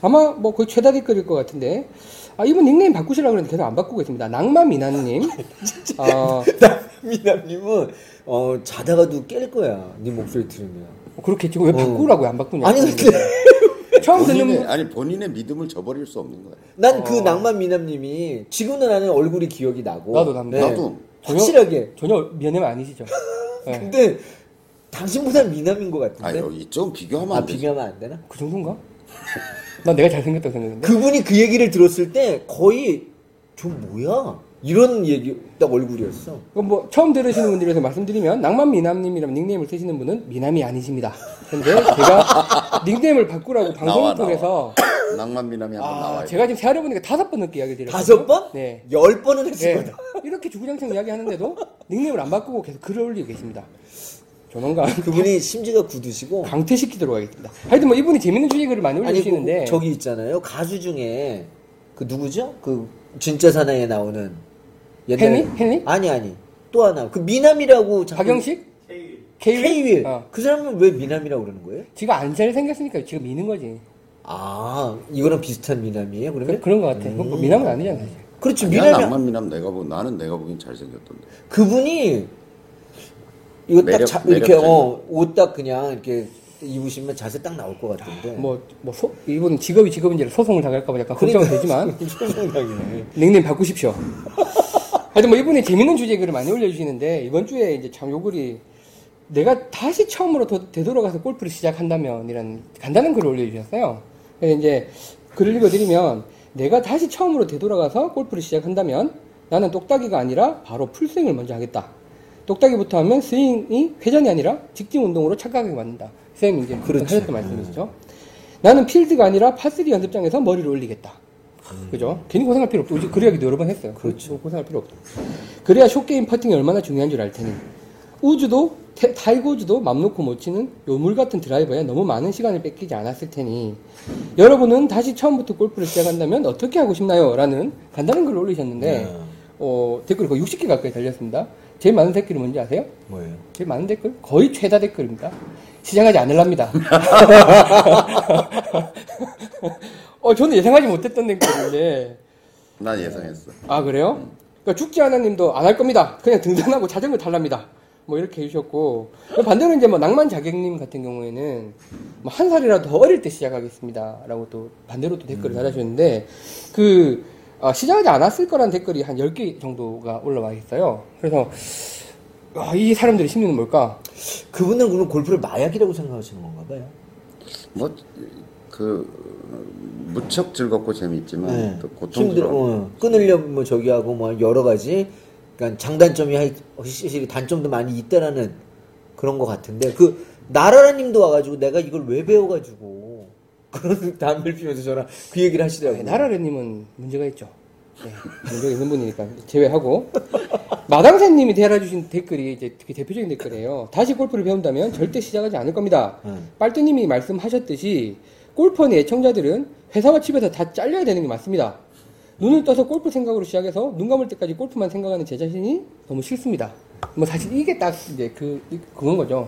아마 뭐 거의 최다 댓글일 것 같은데 아, 이분 닉네임 바꾸시라고 그랬는데 계속 안 바꾸고 있습니다. 낭만미나님 어, 미남님은 어, 자다가도 깰 거야. 네 목소리 들으면. 그렇겠지 왜 바꾸라고요 안 바꾸냐? 아니 근데 처음 듣는 어. 뭐- 본인의, 분- 아니 본인의 믿음을 저버릴 수 없는 거예요. 난 그 낭만 미남님이 지금도 나는 얼굴이 기억이 나고. 어. 나도, 네. 나도. 네. 나도. 확실하게. 전혀 면회가 아니시죠? 네. 그 근데 당신보다 미남인 것 아 같은데. 여기 좀 비교하면 아 안 되지. 비교하면 안 되나? 그 정도인가? 난 내가 잘생겼다고 생각했는데 그분이 그 얘기를 들었을 때 거의 저 뭐야 이런 얘기 딱 얼굴이었어. 그럼 뭐 처음 들으시는 분들 위해서 말씀드리면 낭만 미남님이라는 닉네임을 쓰시는 분은 미남이 아니십니다. 근데 제가 닉네임을 바꾸라고 방송을 나와, 통해서 낭만 미남이 한번 아, 나와요. 제가 지금 세알아보니까 다섯 번 넘게 이야기 드렸어요. 다섯 번? 네. 열 번은 네. 했을 거다. 이렇게 주구장창 이야기하는데도 닉네임을 안 바꾸고 계속 글을 올리고 계십니다. 조만간 그분이 심지가 굳으시고 강퇴시키도록 하겠습니다. 하여튼 뭐 이분이 재밌는 주제 글을 많이 아니 올리시는데 그, 저기 있잖아요 가수 중에 그 누구죠? 그 진짜 사나이에 나오는 헨리? 헨리? 아니 아니 또 하나 그 미남이라고 자꾸- 박영식? 케이윌? 케이윌 어. 그 사람은 왜 미남이라고 그러는 거예요? 지금 안 잘생겼으니까 지금 미는 거지. 아 이거랑 비슷한 미남이에요 그러면? 그, 런것 음. 같아. 뭐 미남은 아니잖아. 이제. 렇죠 아니야, 미남이 낭만 미남 내가 보 나는 내가 보기엔 잘생겼던데. 그분이 이거 딱 매력- 자- 이렇게 어, 매력적인. 옷 딱 그냥 이렇게 입으시면 자세 딱 나올 것 같은데. 뭐, 뭐, 소, 이분 직업이 직업인지 소송을 당할까봐 약간 걱정은 되지만. 그러니까. 생각이네. 닉네임 바꾸십시오. 하여튼 뭐 이분이 재밌는 주제 글을 많이 올려주시는데 이번 주에 이제 참 요 글이 내가 다시 처음으로 도- 되돌아가서 골프를 시작한다면 이런 간단한 글을 올려주셨어요. 그래서 이제 글을 읽어드리면 내가 다시 처음으로 되돌아가서 골프를 시작한다면 나는 똑딱이가 아니라 바로 풀스윙을 먼저 하겠다. 똑딱이부터 하면 스윙이 회전이 아니라 직진 운동으로 착각하게 만든다. 선생님 이제 그렇지. 음. 하셨던 말씀이시죠. 나는 필드가 아니라 파3 연습장에서 머리를 올리겠다. 음. 그죠? 괜히 고생할 필요 없고, 이제 그 이야기도 여러 번 했어요. 그렇죠. 고생할 필요 없다. 그래야 숏게임 퍼팅이 얼마나 중요한 줄 알 테니. 우주도, 태- 타이거즈도 맘 놓고 못 치는 요물 같은 드라이버에 너무 많은 시간을 뺏기지 않았을 테니. 여러분은 다시 처음부터 골프를 시작한다면 어떻게 하고 싶나요? 라는 간단한 글을 올리셨는데, 네. 어, 댓글이 거의 60개 가까이 달렸습니다. 제일 많은 댓글이 뭔지 아세요? 뭐예요? 제일 많은 댓글? 거의 최다 댓글입니다. 시작하지 않을랍니다. 어, 저는 예상하지 못했던 댓글인데. 난 예상했어. 아, 그래요? 그러니까 죽지 않은 님도 안 할 겁니다. 그냥 등산하고 자전거 달랍니다. 뭐 이렇게 해주셨고. 반대로 이제 뭐 낭만 자객님 같은 경우에는 뭐 한 살이라도 더 어릴 때 시작하겠습니다. 라고 또 반대로 또 댓글을 달아주셨는데, 그, 아, 시작하지 않았을 거란 댓글이 한 10개 정도가 올라와 있어요. 그래서, 아, 이 사람들의 심리는 뭘까? 그분은 그럼 골프를 마약이라고 생각하시는 건가 봐요. 뭐 그 무척 즐겁고 재밌지만 네. 또 네. 힘들어. 고통스러워. 어. 끊으려 뭐 저기 하고 뭐 여러 가지 그러니까 장단점이 하- 확실히 단점도 많이 있다라는 그런 것 같은데 그 나라라님도 와가지고 내가 이걸 왜 배워가지고 그런 담배를 피면서 저랑 그 얘기를 하시더라고요. 예, 나라르님은 문제가 있죠. 네, 문제가 있는 분이니까 제외하고 마당새님이 달아주신 댓글이 이제 되게 대표적인 댓글이에요. 다시 골프를 배운다면 절대 시작하지 않을 겁니다. 음. 빨뚜님이 말씀하셨듯이 골퍼의 애청자들은 회사와 집에서 다 잘려야 되는 게 맞습니다. 눈을 떠서 골프 생각으로 시작해서 눈 감을 때까지 골프만 생각하는 제 자신이 너무 싫습니다. 뭐 사실 이게 딱 이제 그 이- 그건 거죠.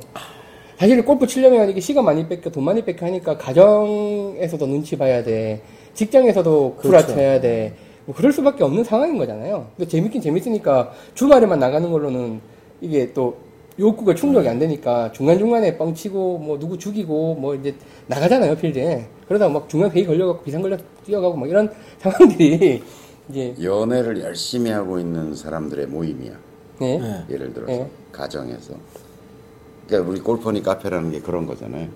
사실 골프 치려면 이게 시간 많이 뺏겨 돈 많이 뺏겨 하니까 가정에서도 눈치 봐야 돼 직장에서도 구라쳐야 돼 뭐 그럴 수밖에 없는 상황인 거잖아요 근데 재밌긴 재밌으니까 주말에만 나가는 걸로는 이게 또 욕구가 충족이 안 되니까 중간중간에 뻥치고 뭐 누구 죽이고 뭐 이제 나가잖아요 필드에 그러다가 막 중간 회의 걸려갖고 비상 걸려 뛰어가고 막 이런 상황들이 이제 연애를 열심히 하고 있는 사람들의 모임이야. 네. 네. 예를 들어서 네. 가정에서 그러니까 우리 골퍼니 카페라는 게 그런 거잖아요.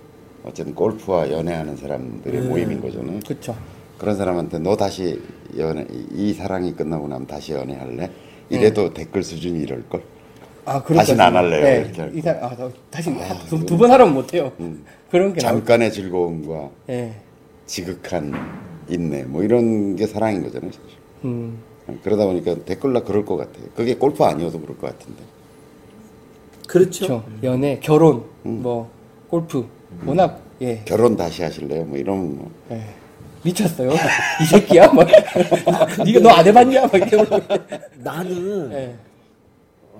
어쨌든 골프와 연애하는 사람들의 모임인 거잖아요. 그쵸 그런 사람한테 너 다시 연애 이 사랑이 끝나고 나면 다시 네. 연애할래? 이래도 댓글 수준이 이럴 걸. 아, 다시는 안 할래요, 네. 이렇게 할 이 사람, 아, 나 다시 두 번 하라면 못해요. 그런 게 나올 음. 잠깐의 즐거움과 예. 지극한 인내 뭐 이런 게 사랑인 거잖아요. 사실. 네, 음. 그러다 보니까 댓글라 그럴 것 같아요. 그게 골프 아니어도 그럴 것 같은데. 그렇죠. 그렇죠. 연애, 결혼, 음. 뭐 골프. 워낙 예. 결혼 다시 하실래요? 뭐 이런 뭐. 예. 미쳤어요. 이 새끼야. 막. 네가 너 안 해봤냐? 막 이렇게. 나는 예. 네.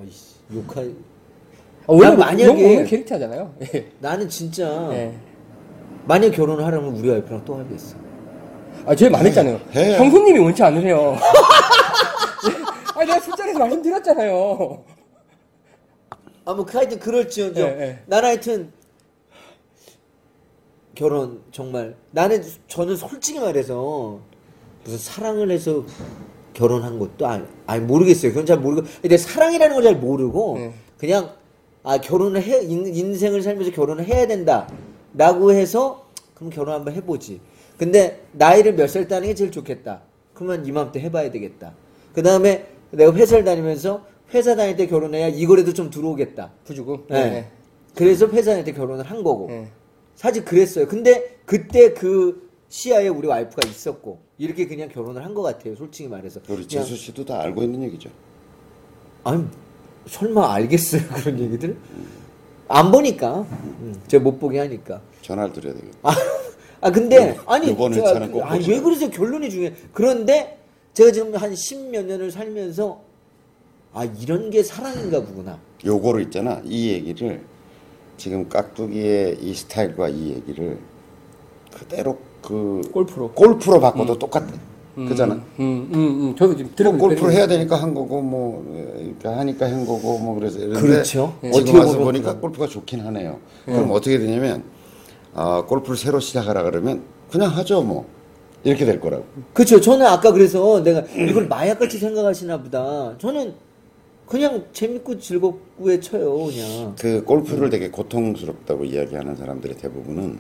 어이씨, 욕할 아, 원래 난 만약에 만약에- 용 보면 캐릭터잖아요. 예. 나는 진짜 예. 만약 결혼을 하려면 우리 와이프랑 또 하겠어. 아, 제일 많았잖아요. 해. 형수님이 원치 않으세요. 아, 내가 술자리에서 말씀드렸잖아요. 아뭐 하여튼 그럴지언정 예, 예. 난 하여튼 결혼 정말 나는 저는 솔직히 말해서 무슨 사랑을 해서 결혼한 것도 아니, 아니 모르겠어요. 그건 잘 모르고 근데 사랑이라는 걸 잘 모르고 네. 그냥 아 결혼을 해 인, 인생을 살면서 결혼을 해야 된다라고 해서 그럼 결혼 한번 해보지. 근데 나이를 몇 살 따는 게 제일 좋겠다. 그러면 이맘때 해봐야 되겠다. 그 다음에 내가 회사를 다니면서 회사 다닐 때 결혼해야 이거라도 좀 들어오겠다. 부주고. 예. 그래서 회사 다닐 때 결혼을 한 거고. 네. 사실 그랬어요. 근데 그때 그 시야에 우리 와이프가 있었고 이렇게 그냥 결혼을 한 것 같아요. 솔직히 말해서. 우리 그냥- 재수 씨도 다 알고 있는 얘기죠. 아니 설마 알겠어요 그런 얘기들? 안 보니까 음, 제가 못 보게 하니까. 전화를 드려야 되겠다. 아, 아 네, 근데 아니 요번 제가 회차는 꼭 그- 아니, 보시라. 왜 그러세요? 결론이 중요해. 그런데 제가 지금 한 십 몇 년을 살면서 아 이런 게 사랑인가 보구나. 요거를 있잖아. 이 얘기를 지금 깍두기의 이 스타일과 이 얘기를 그대로 그 골프로. 골프로 바꿔도 똑같아. 그잖아. 음, 음, 음. 저도 지금 뭐 들으고 골프를 해야 되니까 한 거고 뭐 그러니까 하니까 한 거고 뭐 그래서 이런데 그렇죠. 예. 지금 어떻게 와서 보면 보니까 그건- 골프가 좋긴 하네요. 그럼 어떻게 되냐면 아 골프를 새로 시작하라 그러면 그냥 하죠 뭐 이렇게 될 거라고. 그렇죠. 저는 아까 그래서 내가 이걸 마약같이 생각하시나 보다. 저는 그냥 재밌고 즐겁고에 쳐요 그냥. 그 골프를 되게 고통스럽다고 이야기하는 사람들의 대부분은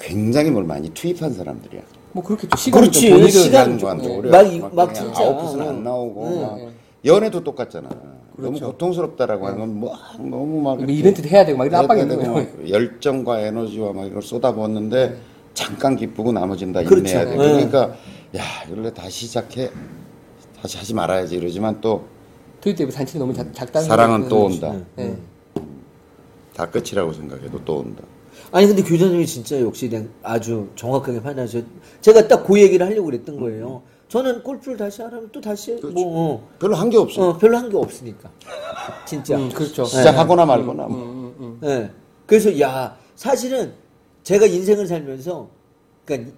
굉장히 뭘 많이 투입한 사람들이야. 뭐 그렇게 좀 시간이 그렇지. 좀 돈이 시간 들어가는 시간도 안 좀- 되고 예. 그래. 막 이- 막 그냥 진짜. 아웃풋은 안 나오고 응. 막 연애도 똑같잖아. 너무 그렇죠. 고통스럽다라고 하는 건 막 너무 막 뭐 이벤트도 해야 되고 막 이런 압박이 있는 거예요. 네. 막 열정과 에너지와 막 이걸 쏟아부었는데 잠깐 기쁘고 나머지는 다 그렇죠. 인내해야 돼. 네. 그러니까 야 원래 다시 시작해 다시 하지 말아야지 이러지만 또 다 토요일 때문에 단체는 너무 작, 작다는 사랑은 거죠. 또 온다. 예. 끝이라고 생각해도 또 온다. 아니 근데 교장님이 진짜 역시 그냥 아주 정확하게 판단하셔. 제가 딱 그 얘기를 하려고 그랬던 거예요. 저는 골프를 다시 하라면 또 다시 해. 뭐 어. 별로 한 게 없어. 어, 별로 한 게 없으니까 진짜. 음, 그렇죠. 시작하거나 말거나 뭐. 음, 음. 예. 그래서 야 사실은 제가 인생을 살면서 그러니까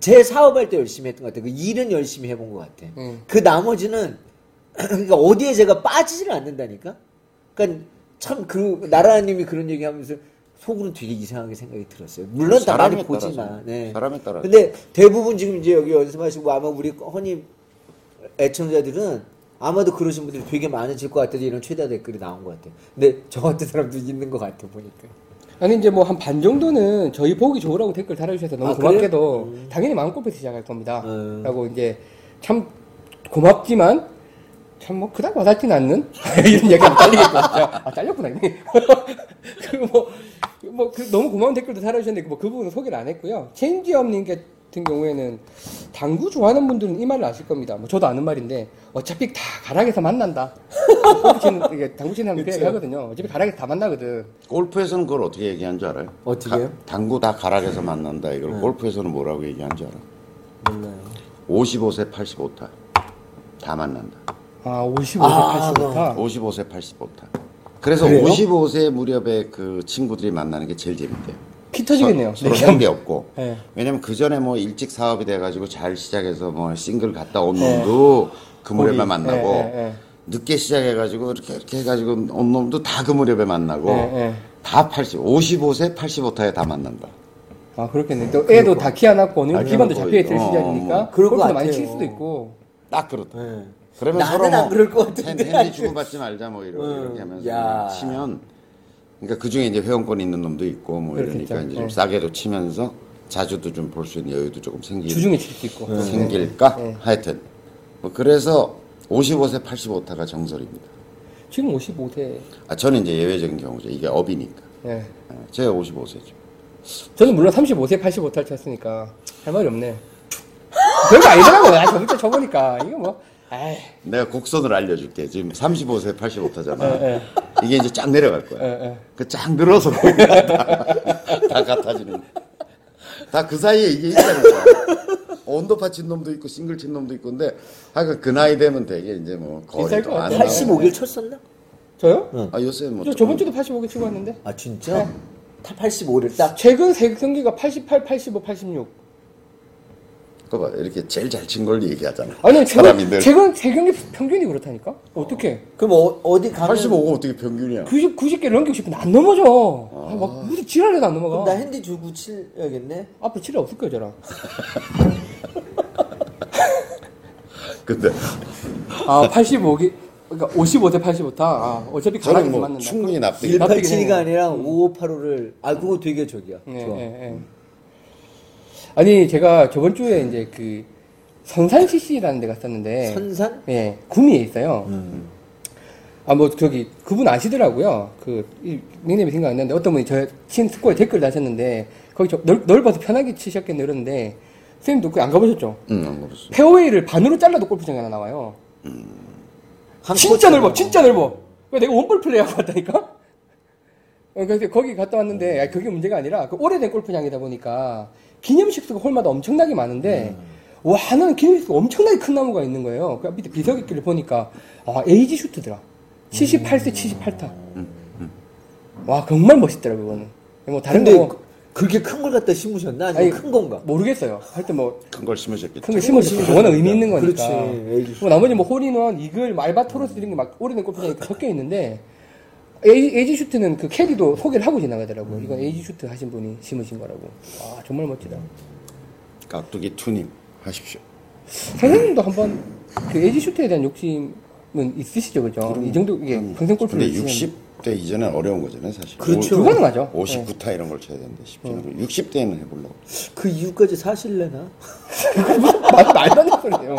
제 사업할 때 열심히 했던 것 같아요. 그 일은 열심히 해본 것 같아. 음. 그 나머지는 그러니까 어디에 제가 빠지질 않는다니까. 그러니까 참 그 나라님이 그런 얘기하면서 속으로 되게 이상하게 생각이 들었어요. 물론 다 많이 그렇죠. 사람에 보지만. 따라서. 네. 사람에 따라서. 근데 대부분 지금 이제 여기 연습하시고 아마 우리 허니 애청자들은 아마도 그러신 분들이 되게 많으실 것 같아서 이런 최다 댓글이 나온 것 같아요. 근데 저 같은 사람도 있는 것 같아 보니까. 아니 이제 뭐 한 반 정도는 저희 보기 좋으라고 댓글 달아주셔서 너무 아, 그래요? 고맙게도 당연히 마음골프에서 시작할 겁니다. 음. 라고 이제 참 고맙지만 참 뭐 그닥 와닿진 않는 이런 얘기가 잘리겠고 아 잘렸구나 이미 그뭐뭐 그 너무 고마운 댓글도 달아주셨는데 뭐 그 부분은 소개를 안 했고요. 체인지업님 같은 경우에는 당구 좋아하는 분들은 이 말을 아실 겁니다. 뭐 저도 아는 말인데 어차피 다 가락에서 만난다. 골프 치는- 이게 당구 치는 사람 그렇게 하거든요. 어차피 가락에서 다 만나거든. 골프에서는 그걸 어떻게 얘기한 줄 알아요? 어떻게 가- 해요? 당구 다 가락에서 만난다. 네. 이걸 골프에서는 뭐라고 얘기한 줄 알아? 몰라요. 55세 85타 다 만난다. 아, 55세 아, 85타. 55세 85타. 그래서 그래요? 55세 무렵에 그 친구들이 만나는 게 제일 재밌대요. 키 터지겠네요. 서, 로 네. 상대 없고. 네. 왜냐면 그 전에 뭐 일찍 사업이 돼가지고 잘 시작해서 뭐 싱글 갔다 온 놈도 그 무렵에 네. 거기, 만나고 네, 네, 네. 늦게 시작해가지고 이렇게 이렇게 해가지고 온 놈도 다 그 무렵에 만나고 네, 네. 다 80, 55세 85타에 다 만난다. 아, 그렇겠네. 또 애도 다 키 하나 꼬는 아, 기반도 그런 잡혀 있을 거 있고. 시작이니까 어, 그럴 것 골프도 많이 같아요. 칠 수도 있고. 딱 그렇다. 네. 그러면 나는 서로 안 뭐 그럴 것 같은데. 핸- 핸디 주고받지 말자 뭐 이러- 응. 이렇게 하면서 야. 치면 그러니까 그 중에 이제 회원권 있는 놈도 있고 뭐 그렇겠죠. 이러니까 이제 좀 네. 싸게도 치면서 자주도 좀 볼 수 있는 여유도 조금 생기 주중에 네. 칠 수도 있고. 예. 생길까 하여튼 뭐 그래서 55세 85타가 정설입니다. 지금 55세. 아 저는 이제 예외적인 경우죠. 이게 업이니까 예. 아, 제 55세죠. 저는 물론 35세 85타를 쳤으니까 할 말이 없네. 별거 아니더라고요. 아, 저부터 쳐보니까. 이거 뭐. 에이. 내가 곡선을 알려줄게. 지금 35세 85타잖아. 예. 이게 이제 쫙 내려갈 거야. 예, 예. 그 쫙 늘어서 보니까 다, 다 같아지는. 다 그 사이에 이게 있다는 거야. 온도파 친 놈도 있고 싱글 친 놈도 있고 근데 하여간 그 나이 되면 되게 이제 뭐 비쌀 것 거리도 안 같아. 나고. 85일 쳤었나? 저요? 아 요새 뭐 저 저번 주도 85개 치고 왔는데. 아 진짜? 다 85를 딱. 최근 세 경기가 88, 85, 86. 그거 봐 이렇게 제일 잘 친 걸 얘기하잖아. 아니 사람이 제가 늘 제가 제 경기 평균이 그렇다니까. 어떻게? 그럼 어, 어디 가면 85가 어떻게 평균이야? 90 90개 넘기고 싶은데 안 넘어져. 아, 막 무슨 지랄해도 안 그럼 나 넘어가. 핸디 주고 칠야겠네. 앞으로 칠일 없을 거야, 저랑. 근데 아, 85기 그러니까 55 대 85타. 아, 어차피 저는 가락에서 뭐 맞는다. 충분히 납득이. 나 되게 187이가 해요. 음. 아니라 5585를 아 그거 되게 저기야. 예, 좋아. 예, 예. 아니 제가 저번 주에 이제 그 선산 CC라는 데 갔었는데 선산? 음. 예, 구미에 있어요. 아, 뭐, 저기, 그분 아시더라고요. 그, 이 닉네임이 생각 안 나는데, 어떤 분이 저친 스코어에 댓글 다셨는데, 거기 저 넓, 넓어서 편하게 치셨겠네, 그러는데, 선생님도 그 안 가보셨죠? 응, 음, 안 그렇소. 페어웨이를 반으로 잘라도 골프장이 하나 나와요. 한 진짜 뭐 코트로. 넓어, 진짜 넓어. 그러니까 내가 원볼 플레이하고 왔다니까? 어, 그래서 거기 갔다 왔는데, 아, 그게 문제가 아니라, 그 오래된 골프장이다 보니까, 기념식 수가 홀마다 엄청나게 많은데, 음. 와, 하나는 기념식 수가 엄청나게 큰 나무가 있는 거예요. 그 밑에 비석있기를 보니까, 아, 에이지 슈트더라. 78세 78타. 음, 와, 정말 멋있더라, 그거는. 뭐, 다른 근데 거 뭐, 그- 그렇게 큰 걸 갖다 심으셨나? 아니면 아니, 큰 건가? 모르겠어요. 하여튼 뭐, 큰 걸 심으셨겠죠. 큰 거 심어주고 그거는 의미 있는 거니까. 그렇지. 에이지 뭐 나머지 뭐 홀인원, 이글, 알바토로스 이런 게 막 오래된 골프장에 섞여 있는데 에이, 에이지 슈트는 그 캐디도 소개를 하고 지나가더라고요. 이건 에이지 슈트 하신 분이 심으신 거라고. 와 정말 멋지다. 깍두기 투님 하십시오. 선생님도 한번 그 에이지 슈트에 대한 욕심은 있으시죠, 그죠? 이 정도 이게 평생 골프를 근데 치는- 60대 이전에 어려운 거잖아요, 사실. 그렇죠. 오- 불가능하죠. 네. 59타 이런 걸 쳐야 되는데 쉽지 않고 60대에는 해보려고. 그 이유까지 사실래나? 말- 말도 안 되는 소리예요.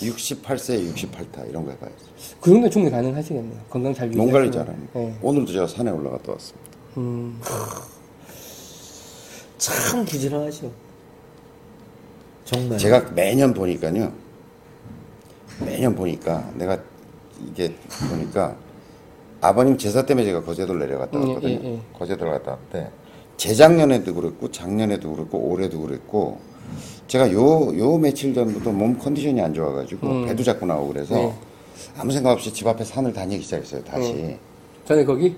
68세에 68타 이런 거 해봐야지. 그 정도 충분히 가능하시겠네요. 건강 잘 유지하시고. 농가를 잘합니다. 네. 오늘도 제가 산에 올라갔다 왔습니다. 참 부지런하셔. 네. 정말. 제가 매년 보니까요. 매년 보니까 내가 이게 보니까 아버님 제사 때문에 제가 거제도를 내려갔다 음, 예, 왔거든요. 예, 예. 거제도를 갔다 왔대. 재작년에도 그랬고 작년에도 그랬고 올해도 그랬고 제가 요 요 며칠 전부터 몸 컨디션이 안 좋아가지고 배도 자꾸 나오고 그래서 음. 네. 아무 생각 없이 집 앞에 산을 다니기 시작했어요. 다시 전에 거기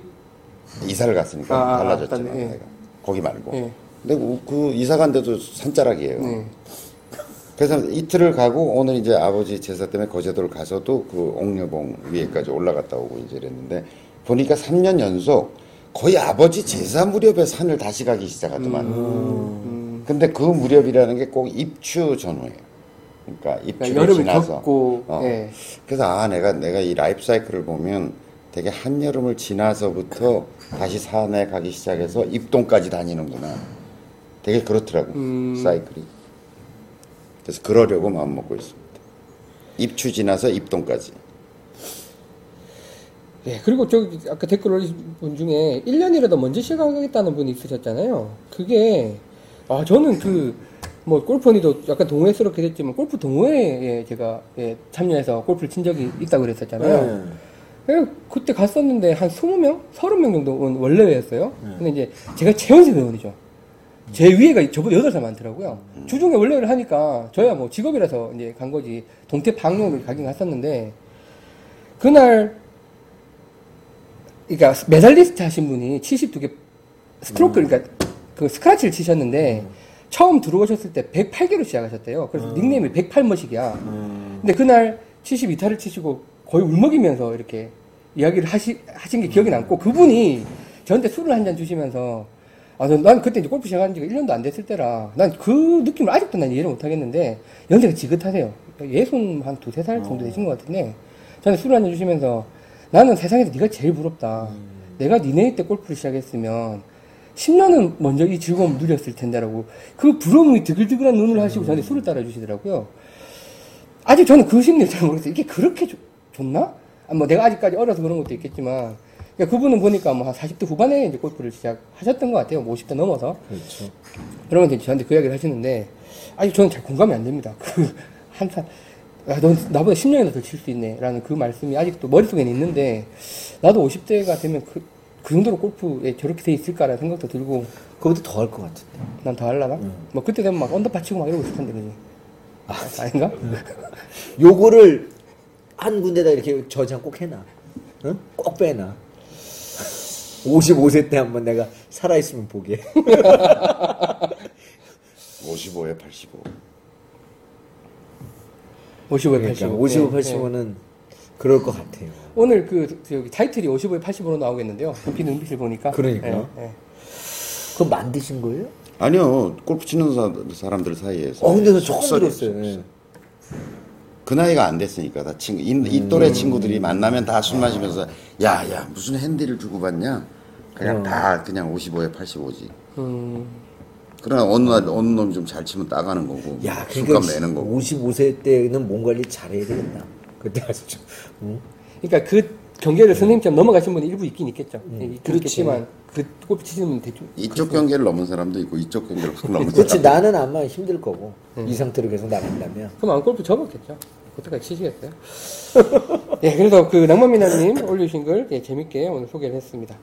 이사를 갔으니까 아, 아, 달라졌잖아. 딴 데, 예. 내가 거기 말고. 예. 근데 우- 그 이사 간 데도 산자락이에요. 네. 그래서 이틀을 가고 오늘 이제 아버지 제사 때문에 거제도를 가서도 그 옥녀봉 위에까지 올라갔다 오고 이제 이랬는데 보니까 3년 연속 거의 아버지 제사 무렵에 산을 다시 가기 시작하더만. 음. 근데 그 무렵이라는 게 꼭 입추 전후예요. 그러니까 입추를 그러니까 여름을 지나서 겪고 어. 예. 그래서 아 내가 내가 이 라이프 사이클을 보면 되게 한 여름을 지나서부터 다시 산에 가기 시작해서 입동까지 다니는구나. 되게 그렇더라고 음. 사이클이. 그래서 그러려고 마음 먹고 있습니다. 입추 지나서 입동까지. 예, 그리고 저기 아까 댓글 올리신 분 중에 1년이라도 먼저 시작하겠다는 분이 있으셨잖아요. 그게, 아, 저는 그, 뭐, 골프니도 약간 동호회스럽게 됐지만, 골프 동호회에 제가 예, 참여해서 골프를 친 적이 있다고 그랬었잖아요. 예. 예, 그때 갔었는데, 한 20명? 30명 정도 온 원래였어요. 근데 이제 제가 재원생 회원이죠. 제 위에가 저보다 8살 많더라고요. 주중에 원래를 하니까, 저야 뭐 직업이라서 이제 간 거지, 동태 방역을 가긴 갔었는데, 그날 그러니까 메달리스트 하신 분이 72개 스트로크 그러니까 그 스크라치를 치셨는데 처음 들어오셨을 때 108개로 시작하셨대요. 그래서 닉네임이 108머식이야. 근데 그날 72타를 치시고 거의 울먹이면서 이렇게 이야기를 하시, 하신 게 기억이 남고 그분이 저한테 술을 한 잔 주시면서 아, 전- 난 그때 이제 골프 시작한 지가 1년도 안 됐을 때라 난 그 느낌을 아직도 난 이해를 못 하겠는데 연세가 지긋하세요. 예순 한 두세 살 정도 되신 것 같은데 저는 술을 한 잔 주시면서 나는 세상에서 네가 제일 부럽다. 내가 니네 때 골프를 시작했으면 10년은 먼저 이 즐거움 누렸을 텐데라고 그 부러움이 드글드글한 눈을 하시고 저한테 술을 따라주시더라고요. 아직 저는 그 심리를 잘 모르겠어요. 이게 그렇게 좋, 좋나? 아, 뭐 내가 아직까지 어려서 그런 것도 있겠지만 그분은 보니까 뭐 한 40대 후반에 이제 골프를 시작하셨던 것 같아요. 뭐 50대 넘어서. 그렇죠. 그러면 이제 저한테 그 이야기를 하시는데 아직 저는 잘 공감이 안 됩니다. 그 한산 야, 넌 나보다 10년이나 더 칠 수 있네. 라는 그 말씀이 아직도 머릿속에 있는데, 나도 50대가 되면 그, 그 정도로 골프에 저렇게 돼 있을까라는 생각도 들고, 그거보다 더 할 것 같은데. 난 더 하려나? 음. 뭐, 그때 되면 막 언더파 치고 막 이러고 있을 텐데, 그지? 아, 닌가 음. 요거를 한 군데다 이렇게 저장 꼭 해놔. 응? 꼭 빼놔. 55세 때 한번 내가 살아있으면 보게. 55에 85. 55에 85. 그러니까 55, 네, 네. 85는 그럴 것 같아요. 오늘 그, 그 여기 타이틀이 55에 85로 나오겠는데요. 눈빛 눈빛을 보니까. 그러니까요. 네, 네. 그거 만드신 거예요? 아니요 골프 치는 사, 사람들 사이에서 어, 근데 저 처음 속설이에요, 들었어요. 속설. 네. 그 나이가 안 됐으니까 다 친구 이, 이 또래 친구들이 만나면 다 술 마시면서 야야 무슨 핸디를 주고 받냐 그냥 어. 다 그냥 55에 85지 음, 그러나 어느 날 어느 놈이 좀 잘 치면 따가는 거고 야, 그러니까 술값 내는 거고 55세 때는 몸 관리 잘해야 되겠다. 그때 아주 좀, 응? 그러니까 그 경계를 선생님처럼 넘어가신 분이 일부 있긴 있겠죠. 예, 있긴 음, 그렇지. 있겠지만 그 골프 치시는 분 대충 이쪽 경계를 넘은 사람도 있고 이쪽 경계를 확 넘은 그렇지 사람도 나는 아마 힘들 거고 이 상태로 계속 나간다면 그럼 안 골프 접었겠죠. 그때까지 치시겠어요? 예, 그래서 그 낭만미남님 올려주신 걸 예, 재밌게 오늘 소개를 했습니다.